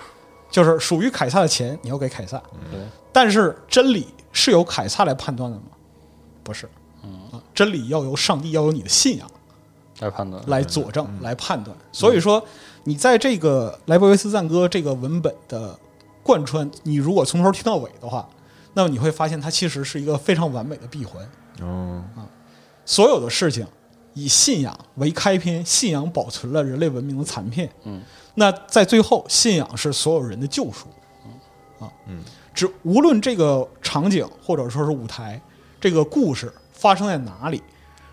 C: 就是属于凯撒的钱，你要给凯撒。
D: 嗯对，
C: 但是真理是由凯撒来判断的吗？不是，啊，真理要由上帝，要由你的信仰
D: 来判断，
C: 来佐证、来判断。所以说，你在这个莱博维斯赞歌这个文本的贯穿，你如果从头听到尾的话，那么你会发现它其实是一个非常完美的闭环。
B: 哦，
C: 所有的事情以信仰为开篇，信仰保存了人类文明的残片。嗯，那在最后，信仰是所有人的救赎。啊，嗯，只无论这个场景或者说是舞台，这个故事发生在哪里，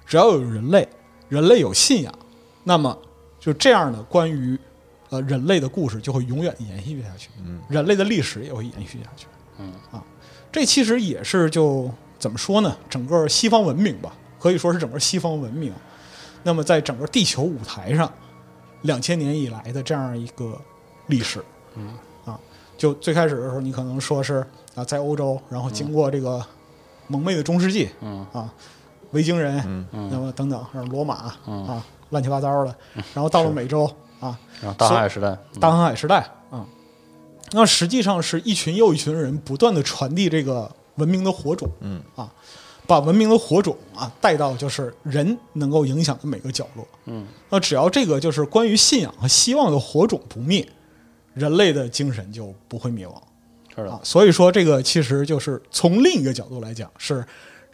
C: 只要有人类，人类有信仰，那么就这样的关于呃人类的故事就会永远延续下去。嗯，人类的历史也会延续下去。这其实也是就怎么说呢？整个西方文明吧，可以说是整个西方文明。那么在整个地球舞台上，两千年以来的这样一个历史，嗯啊，就最开始的时候，你可能说是啊，在欧洲，然后经过这个蒙昧的中世纪，嗯啊，维京人，嗯，那么等等，然后罗马，嗯啊，乱七八糟的，然后到了美洲啊，
D: 然后大航海时代，
C: 大航海时代啊。那实际上是一群又一群人不断的传递这个文明的火种，嗯啊，把文明的火种啊带到就是人能够影响的每个角落，嗯，那只要这个就是关于信仰和希望的火种不灭，人类的精神就不会灭亡
D: 是
C: 啊
D: 的。。
C: 所以说，这个其实就是从另一个角度来讲，是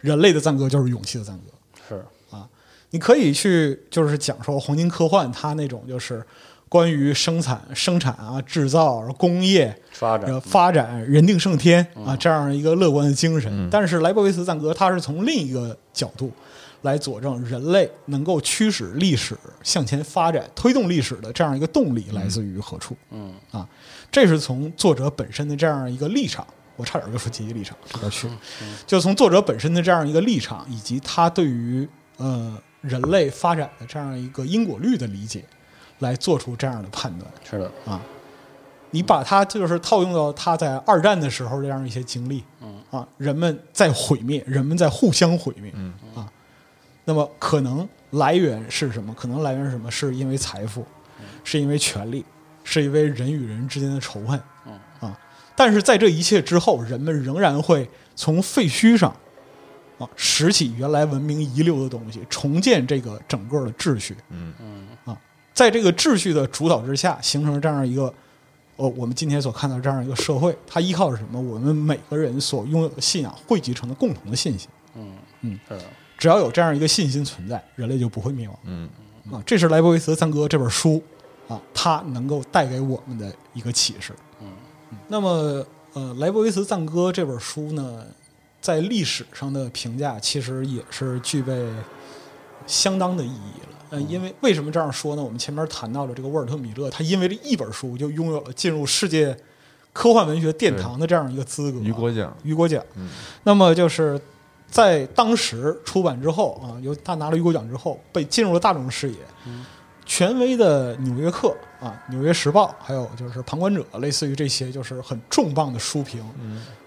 C: 人类的赞歌就是勇气的赞歌，
D: 是
C: 啊，你可以去就是讲说黄金科幻它那种就是关于生产、生产啊、制造、工业
D: 发展嗯
C: 然后呃发展人定胜天啊这样一个乐观的精神。但是莱博维茨赞格他是从另一个角度来佐证人类能够驱使历史向前发展、推动历史的这样一个动力来自于何处。嗯啊，这是从作者本身的这样一个立场。我差点就说阶级立场，我
D: 嗯
C: 去，就从作者本身的这样一个立场，以及他对于呃人类发展的这样一个因果律的理解，来做出这样的判断。
D: 是的，
C: 啊，你把它就是套用到他在二战的时候这样一些经历，嗯啊，人们在毁灭，人们在互相毁灭，嗯啊，那么可能来源是什么？可能来源是什么？是因为财富，是因为权力，是因为人与人之间的仇恨，嗯啊，但是在这一切之后，人们仍然会从废墟上。啊，拾起原来文明遗留的东西，重建这个整个的秩序。啊在这个秩序的主导之下，形成了这样一个，呃，我们今天所看到的这样一个社会，它依靠着什么？我们每个人所拥有的信仰汇集成的共同的信心。
D: 嗯是的，
C: 只要有这样一个信心存在，人类就不会灭亡。嗯，啊，这是莱博维茨三哥这本书啊，它能够带给我们的一个启示。嗯，那么呃，莱博维茨赞歌这本书呢，在历史上的评价其实也是具备相当的意义了。呃，因为为什么这样说呢？我们前面谈到了这个沃尔特·米勒，他因为这一本书就拥有了进入世界科幻文学殿堂的这样一个资格。
B: 雨果奖，
C: 雨果奖。那么就是在当时出版之后啊，由他拿了雨果奖之后，被进入了大众视野。权威的《纽约客》啊，《纽约时报》，还有就是《旁观者》，类似于这些就是很重磅的书评，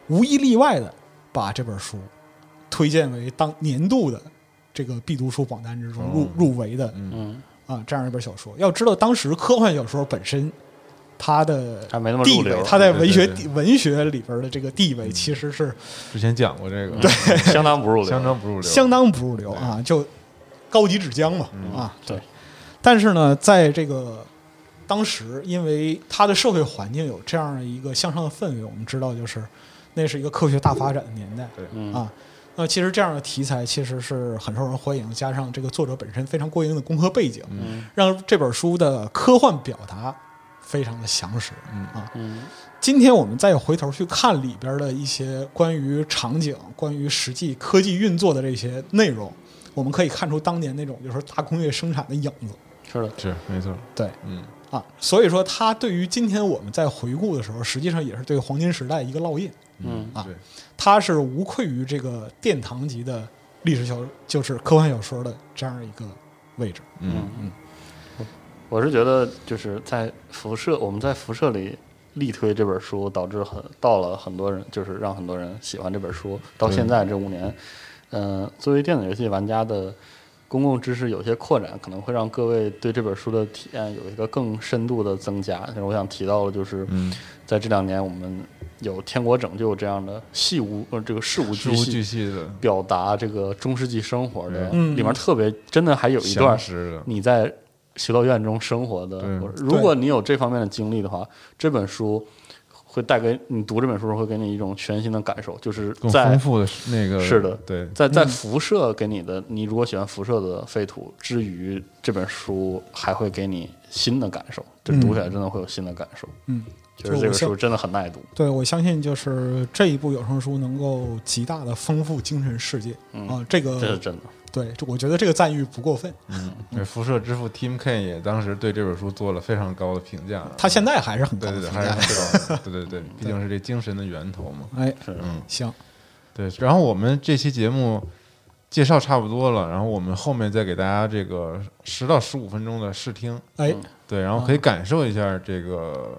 C: 无一例外的把这本书推荐为当年度的这个必读书榜单之中入、入围的。
D: 嗯，
C: 啊，这样一本小说，要知道当时科幻小说本身它的
D: 还没那么
C: 地
D: 入
C: 位
D: 流，
C: 它在文学
B: 对对
C: 地文学里边的这个地位其实是
B: 之前讲过这个，对，
D: 嗯相当不入流，
B: 相当不入流，
C: 相当不入流啊，就高级纸浆嘛
B: 嗯
C: 啊。
D: 对，
C: 但是呢，在这个当时，因为它的社会环境有这样的一个向上的氛围，我们知道就是那是一个科学大发展的年代，
B: 对
D: 嗯
C: 啊。那其实这样的题材其实是很受人欢迎，加上这个作者本身非常过硬的工科背景，
D: 嗯
C: 让这本书的科幻表达非常的详实。
B: 嗯
C: 啊，
D: 嗯
C: 今天我们再回头去看里边的一些关于场景、关于实际科技运作的这些内容，我们可以看出当年那种就是大工业生产的影子。
D: 是的，
B: 是没错，
C: 对
B: 嗯，
C: 啊，所以说它对于今天我们在回顾的时候，实际上也是对黄金时代一个烙印。
D: 嗯
C: 啊
B: 对，
C: 它是无愧于这个殿堂级的历史小，就是科幻小说的这样一个位置。
B: 嗯
D: 嗯，我是觉得就是在辐射，我们在辐射里力推这本书，导致很到了很多人，就是让很多人喜欢这本书。到
B: 对
D: 现在这五年，嗯、作为电子游戏玩家的公共知识有些扩展，可能会让各位对这本书的体验有一个更深度的增加。但是我想提到的就是，
B: 嗯，
D: 在这两年我们有《天国拯救》这样的戏无呃这个事无
B: 事
D: 巨
B: 无
D: 细
B: 巨细的，
D: 表达这个中世纪生活的，
C: 嗯
D: 里面特别真的还有一段嗯
B: 详实的，
D: 你在修道院中生活的
B: 嗯对，
D: 如果你有这方面的经历的话，这本书会带给你读这本书时候会给你一种全新的感受，就是
B: 更
D: 在
B: 丰富的那个
D: 是的
B: 对，
D: 在在辐射给你的，你如果喜欢辐射的废土之余，这本书还会给你新的感受，就
B: 嗯
D: 读起来真的会有新的感受。
C: 嗯，
D: 就是这本书真的很耐读。
C: 对，我相信就是这一部有声书能够极大的丰富精神世界
D: 嗯
C: 啊，这
D: 这是
C: 个
D: 真的，
C: 对，这我觉得这个赞誉不过分。
B: 嗯对辐射之父 Tim K 也当时对这本书做了非常高的评价，
C: 他现在还是很高
B: 对
C: 的
B: 对对
C: 评
B: 还
C: 价。
B: 是很高的，对对对，毕竟是这精神的源头嘛。
C: 哎，
D: 是
C: 行，
B: 对，然后我们这期节目介绍差不多了，然后我们后面再给大家这个十到十五分钟的试听，
C: 哎，
B: 对，然后可以感受一下这个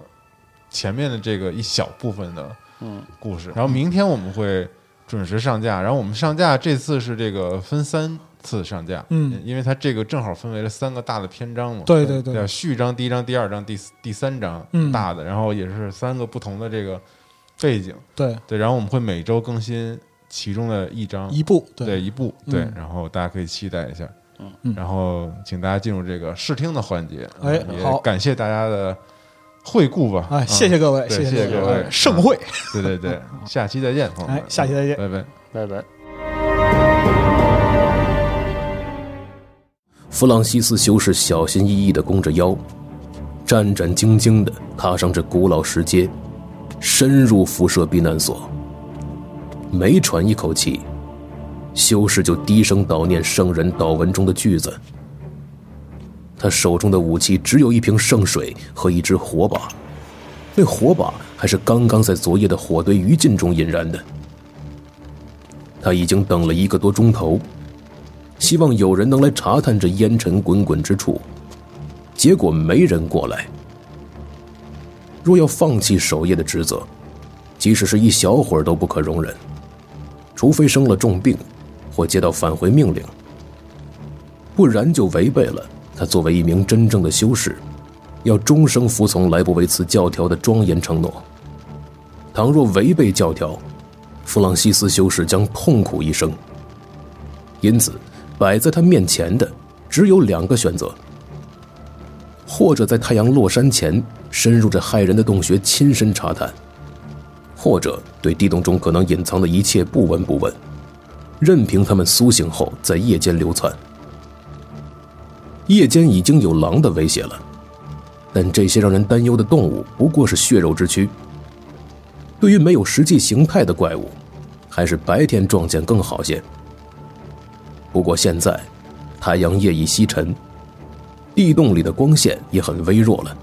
B: 前面的这个一小部分的
D: 嗯
B: 故事。然后明天我们会准时上架，然后我们上架这次是这个分三次上架，
C: 嗯
B: 因为它这个正好分为了三个大的篇章嘛，
C: 对对对
B: 叫序章、第一章、第二章、第四第三章，
C: 嗯
B: 大的，然后也是三个不同的这个背景，
C: 对，
B: 对，然后我们会每周更新其中的一章，
C: 一部
B: 对一部，对，
C: 嗯
B: 然后大家可以期待一下。
C: 嗯
B: 然后请大家进入这个试听的环节。
C: 哎
B: 嗯
C: 好
B: 也感谢大家的惠顾吧。
C: 哎，
B: 嗯
C: 谢谢各位，
B: 对谢
C: 谢
B: 各
C: 哎
B: 位，
C: 盛会。
B: 嗯。 对对对，下期再见，朋友们
C: 哎下期再见
B: 拜拜。
D: 拜拜。
E: 弗朗西斯修士小心翼翼地弓着腰，战战兢兢地踏上这古老石阶，深入辐射避难所。每喘一口气，修士就低声悼念圣人祷文中的句子。他手中的武器只有一瓶圣水和一支火把，那火把还是刚刚在昨夜的火堆余烬中引燃的。他已经等了一个多钟头，希望有人能来查探这烟尘滚滚之处，结果没人过来。若要放弃守夜的职责，即使是一小会儿都不可容忍，除非生了重病，或接到返回命令，不然就违背了他作为一名真正的修士，要终生服从莱博维茨教条的庄严承诺。倘若违背教条，弗朗西斯修士将痛苦一生。因此，摆在他面前的只有两个选择：或者在太阳落山前深入这骇人的洞穴亲身查探，或者对地洞中可能隐藏的一切不闻不问，任凭他们苏醒后在夜间流窜。夜间已经有狼的威胁了，但这些让人担忧的动物不过是血肉之躯。对于没有实际形态的怪物，还是白天撞见更好些。不过现在，太阳夜已西沉，地洞里的光线也很微弱了。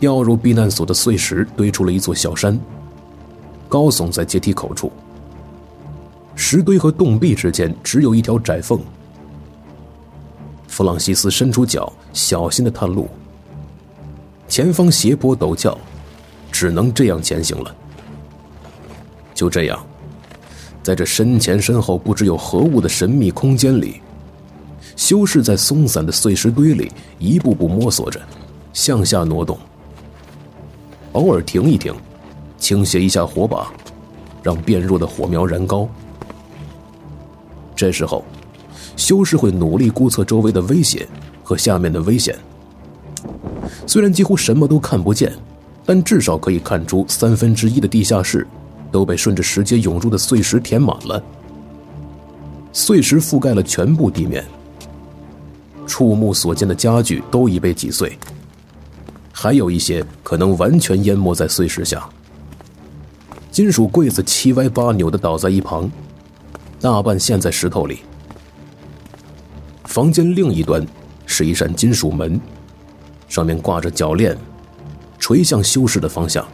E: 掉入避难所的碎石堆出了一座小山，高耸在阶梯口处。石堆和洞壁之间只有一条窄缝。弗朗西斯伸出脚，小心地探路。前方斜坡陡峭，只能这样前行了。就这样，在这身前身后不知有何物的神秘空间里，修士在松散的碎石堆里一步步摸索着，向下挪动，偶尔停一停，倾斜一下火把，让变弱的火苗燃高。这时候，修士会努力估测周围的威胁和下面的危险。虽然几乎什么都看不见，但至少可以看出三分之一的地下室都被顺着石阶涌入的碎石填满了。碎石覆盖了全部地面，触目所见的家具都已被挤碎，还有一些可能完全淹没在碎石下。金属柜子七歪八扭地倒在一旁，大半陷在石头里。房间另一端是一扇金属门，上面挂着铰链，垂向修士的方向。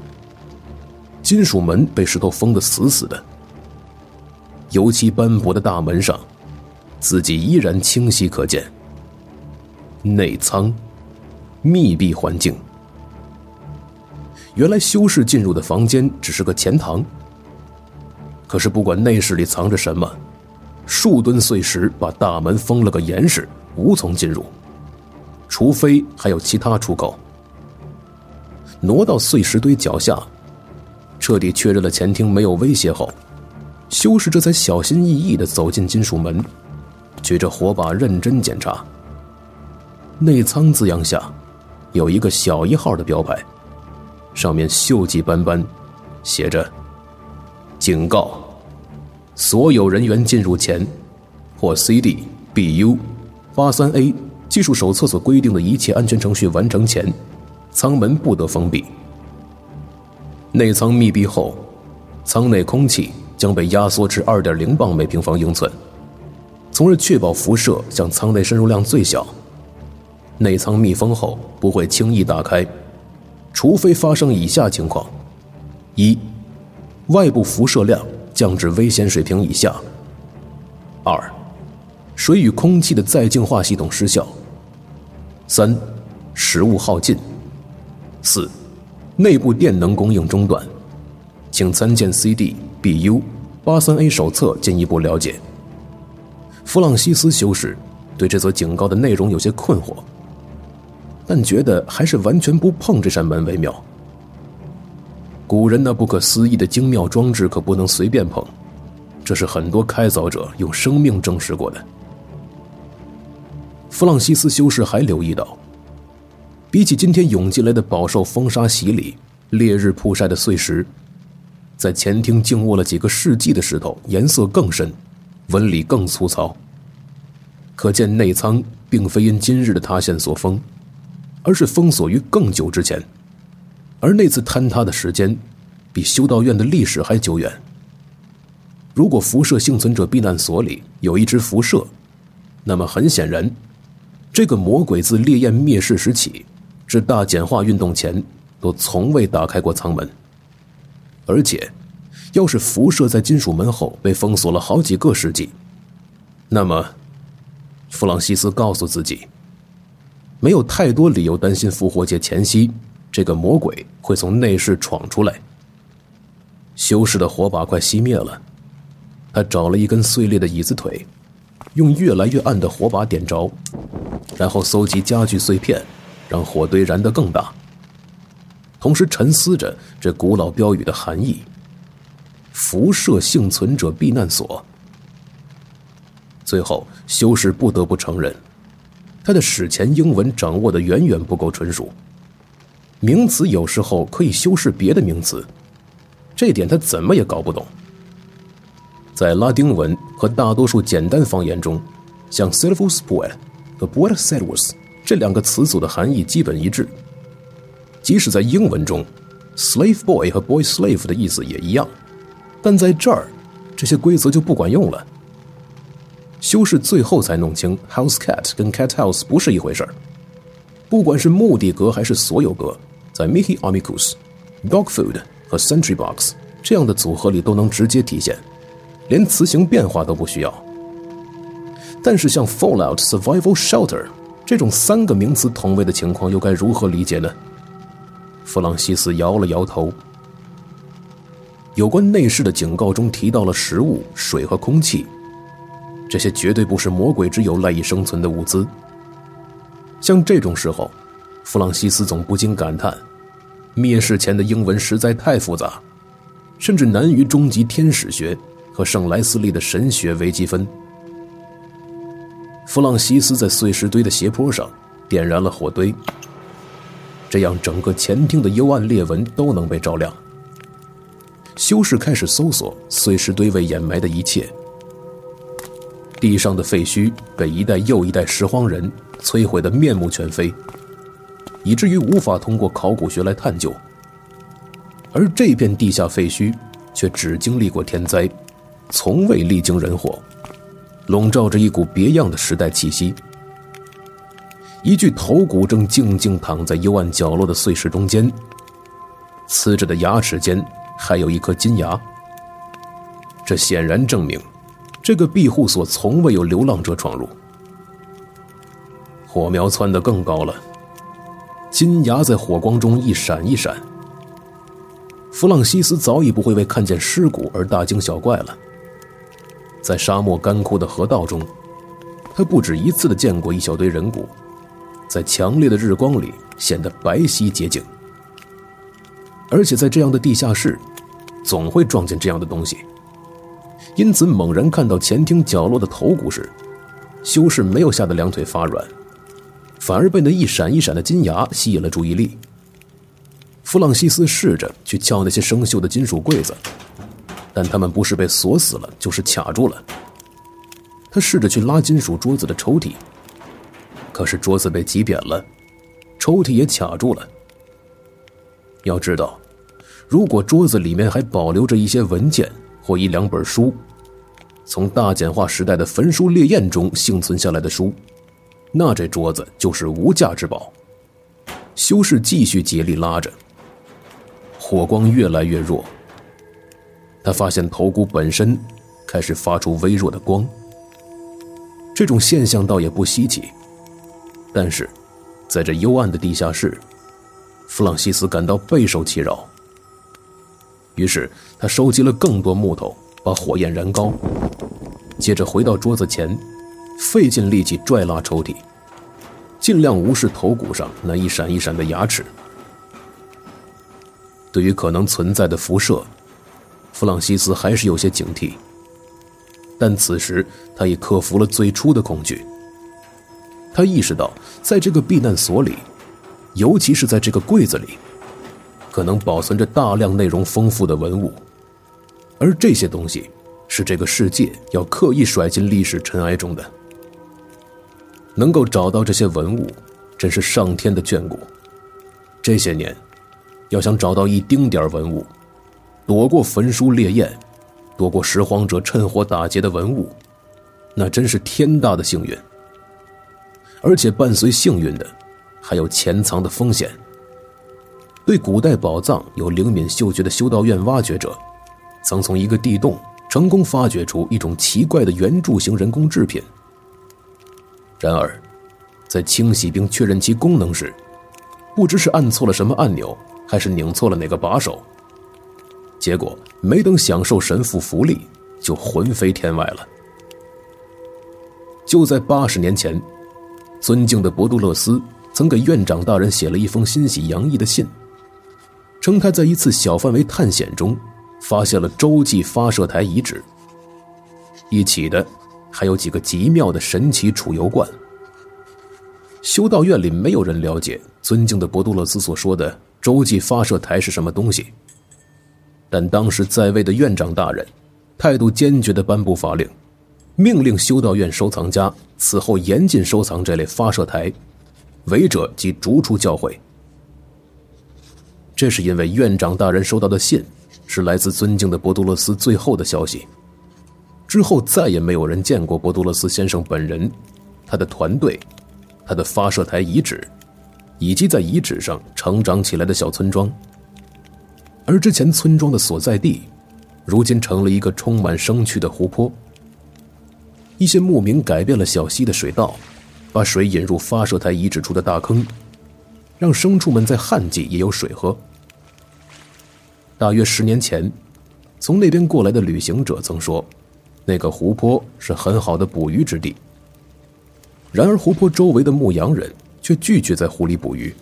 E: 金属门被石头封得死死的，油漆斑驳的大门上，自己依然清晰可见。内仓，密闭环境。原来修士进入的房间只是个前堂，可是不管内室里藏着什么，数吨碎石把大门封了个严实，无从进入，除非还有其他出口。挪到碎石堆脚下，彻底确认了前厅没有威胁后，修士这才小心翼翼地走进金属门，举着火把认真检查。内仓字样下有一个小一号的标牌，上面锈迹斑斑，写着：“警告，所有人员进入前或 CD BU 八三 A 技术手册所规定的一切安全程序完成前，舱门不得封闭。内舱密闭后，舱内空气将被压缩至二点零磅每平方英寸，从而确保辐射向舱内渗入量最小。内舱密封后不会轻易打开，除非发生以下情况：一、外部辐射量降至危险水平以下；二、水与空气的再净化系统失效；三、食物耗尽；四、内部电能供应中断。请参见 CD BU 八三 A 手册进一步了解。弗朗西斯修士对这则警告的内容有些困惑，但觉得还是完全不碰这扇门为妙。古人那不可思议的精妙装置可不能随便碰，这是很多开凿者用生命证实过的。弗朗西斯修士还留意到，比起今天涌进来的饱受风沙洗礼、烈日曝晒的碎石，在前厅静卧了几个世纪的石头，颜色更深，纹理更粗糙。可见内仓并非因今日的塌陷所封，而是封锁于更久之前。而那次坍塌的时间，比修道院的历史还久远。如果辐射幸存者避难所里有一只辐射，那么很显然，这个魔鬼自烈焰灭世时起，至大简化运动前，都从未打开过舱门。而且，要是辐射在金属门后被封锁了好几个世纪，那么，弗朗西斯告诉自己，没有太多理由担心复活节前夕这个魔鬼会从内室闯出来。修士的火把快熄灭了，他找了一根碎裂的椅子腿，用越来越暗的火把点着，然后搜集家具碎片，让火堆燃得更大。同时沉思着这古老标语的含义：“辐射幸存者避难所。”最后，修士不得不承认，他的史前英文掌握的远远不够纯熟。名词有时候可以修饰别的名词，这点他怎么也搞不懂。在拉丁文和大多数简单方言中，像 “servus puer” 和 “puer servus” 这两个词组的含义基本一致。即使在英文中，“slave boy” 和 “boy slave” 的意思也一样，但在这儿，这些规则就不管用了。修士最后才弄清 “house cat” 跟 “cat house” 不是一回事儿。不管是目的格还是所有格，在 Mickey Amicus、Dog Food 和 Sentry Box 这样的组合里都能直接体现，连词形变化都不需要。但是像 Fallout、Survival Shelter 这种三个名词同位的情况，又该如何理解呢？弗朗西斯摇了摇头。有关内饰的警告中提到了食物、水和空气，这些绝对不是魔鬼之友赖以生存的物资。像这种时候，弗朗西斯总不禁感叹：灭世前的英文实在太复杂，甚至难于终极天使学和圣莱斯利的神学微积分。弗朗西斯在碎石堆的斜坡上点燃了火堆，这样整个前厅的幽暗裂纹都能被照亮。修士开始搜索碎石堆为掩埋的一切。地上的废墟被一代又一代拾荒人摧毁得面目全非，以至于无法通过考古学来探究。而这片地下废墟却只经历过天灾，从未历经人祸，笼罩着一股别样的时代气息。一具头骨正静静躺在幽暗角落的碎石中间，呲着的牙齿间还有一颗金牙，这显然证明。这个庇护所从未有流浪者闯入。火苗窜得更高了，金牙在火光中一闪一闪。弗朗西斯早已不会为看见尸骨而大惊小怪了。在沙漠干枯的河道中，他不止一次的见过一小堆人骨，在强烈的日光里显得白皙洁净。而且在这样的地下室，总会撞见这样的东西。因此，猛然看到前厅角落的头骨时，修士没有吓得两腿发软，反而被那一闪一闪的金牙吸引了注意力。弗朗西斯试着去撬那些生锈的金属柜子，但他们不是被锁死了，就是卡住了。他试着去拉金属桌子的抽屉，可是桌子被挤扁了，抽屉也卡住了。要知道，如果桌子里面还保留着一些文件或一两本书，从大简化时代的焚书裂验中幸存下来的书，那这桌子就是无价之宝。修士继续竭力拉着，火光越来越弱。他发现头骨本身开始发出微弱的光。这种现象倒也不稀奇，但是在这幽暗的地下室，弗朗西斯感到备受其扰。于是他收集了更多木头，把火焰燃高，接着回到桌子前，费尽力气拽拉抽屉，尽量无视头骨上那一闪一闪的牙齿。对于可能存在的辐射，弗朗西斯还是有些警惕。但此时他已克服了最初的恐惧。他意识到，在这个避难所里，尤其是在这个柜子里，可能保存着大量内容丰富的文物，而这些东西是这个世界要刻意甩进历史尘埃中的。能够找到这些文物，真是上天的眷顾。这些年，要想找到一丁点儿文物，躲过焚书烈焰，躲过拾荒者趁火打劫的文物，那真是天大的幸运。而且伴随幸运的，还有潜藏的风险。对古代宝藏有灵敏嗅觉的修道院挖掘者，曾从一个地洞成功发掘出一种奇怪的圆柱形人工制品。然而，在清洗并确认其功能时，不知是按错了什么按钮，还是拧错了哪个把手，结果没等享受神父福利，就魂飞天外了。就在八十年前，尊敬的博杜勒斯曾给院长大人写了一封欣喜洋溢的信，称他在一次小范围探险中发现了洲际发射台遗址，一起的还有几个极妙的神奇储油罐。修道院里没有人了解尊敬的博杜勒斯所说的洲际发射台是什么东西。但当时在位的院长大人态度坚决地颁布法令，命令修道院收藏家此后严禁收藏这类发射台，违者即逐出教会。这是因为院长大人收到的信是来自尊敬的博杜勒斯最后的消息，之后再也没有人见过博杜勒斯先生本人、他的团队、他的发射台遗址，以及在遗址上成长起来的小村庄。而之前村庄的所在地，如今成了一个充满生趣的湖泊。一些牧民改变了小溪的水道，把水引入发射台遗址处的大坑，让牲畜们在旱季也有水喝。大约十年前，从那边过来的旅行者曾说，那个湖泊是很好的捕鱼之地。然而，湖泊周围的牧羊人却拒绝在湖里捕鱼，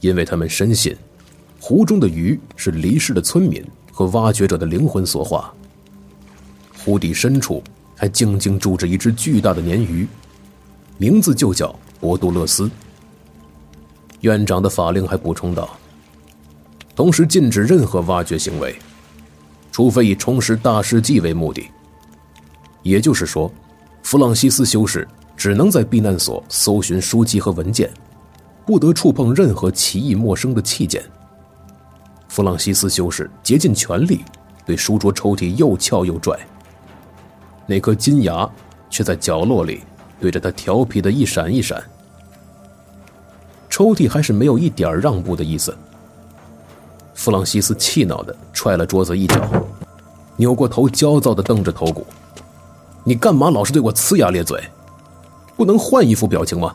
E: 因为他们深信湖中的鱼是离世的村民和挖掘者的灵魂所化。湖底深处还静静住着一只巨大的鲶鱼，名字就叫博杜勒斯。院长的法令还补充道，同时禁止任何挖掘行为，除非以充实大世纪为目的。也就是说，弗朗西斯修士只能在避难所搜寻书籍和文件，不得触碰任何奇异陌生的器件。弗朗西斯修士竭尽全力对书桌抽屉又撬又拽，那颗金牙却在角落里对着他调皮的一闪一闪。抽屉还是没有一点儿让步的意思。弗朗西斯气恼的踹了桌子一脚，扭过头焦躁的瞪着头骨：“你干嘛老是对我呲牙咧嘴？不能换一副表情吗？”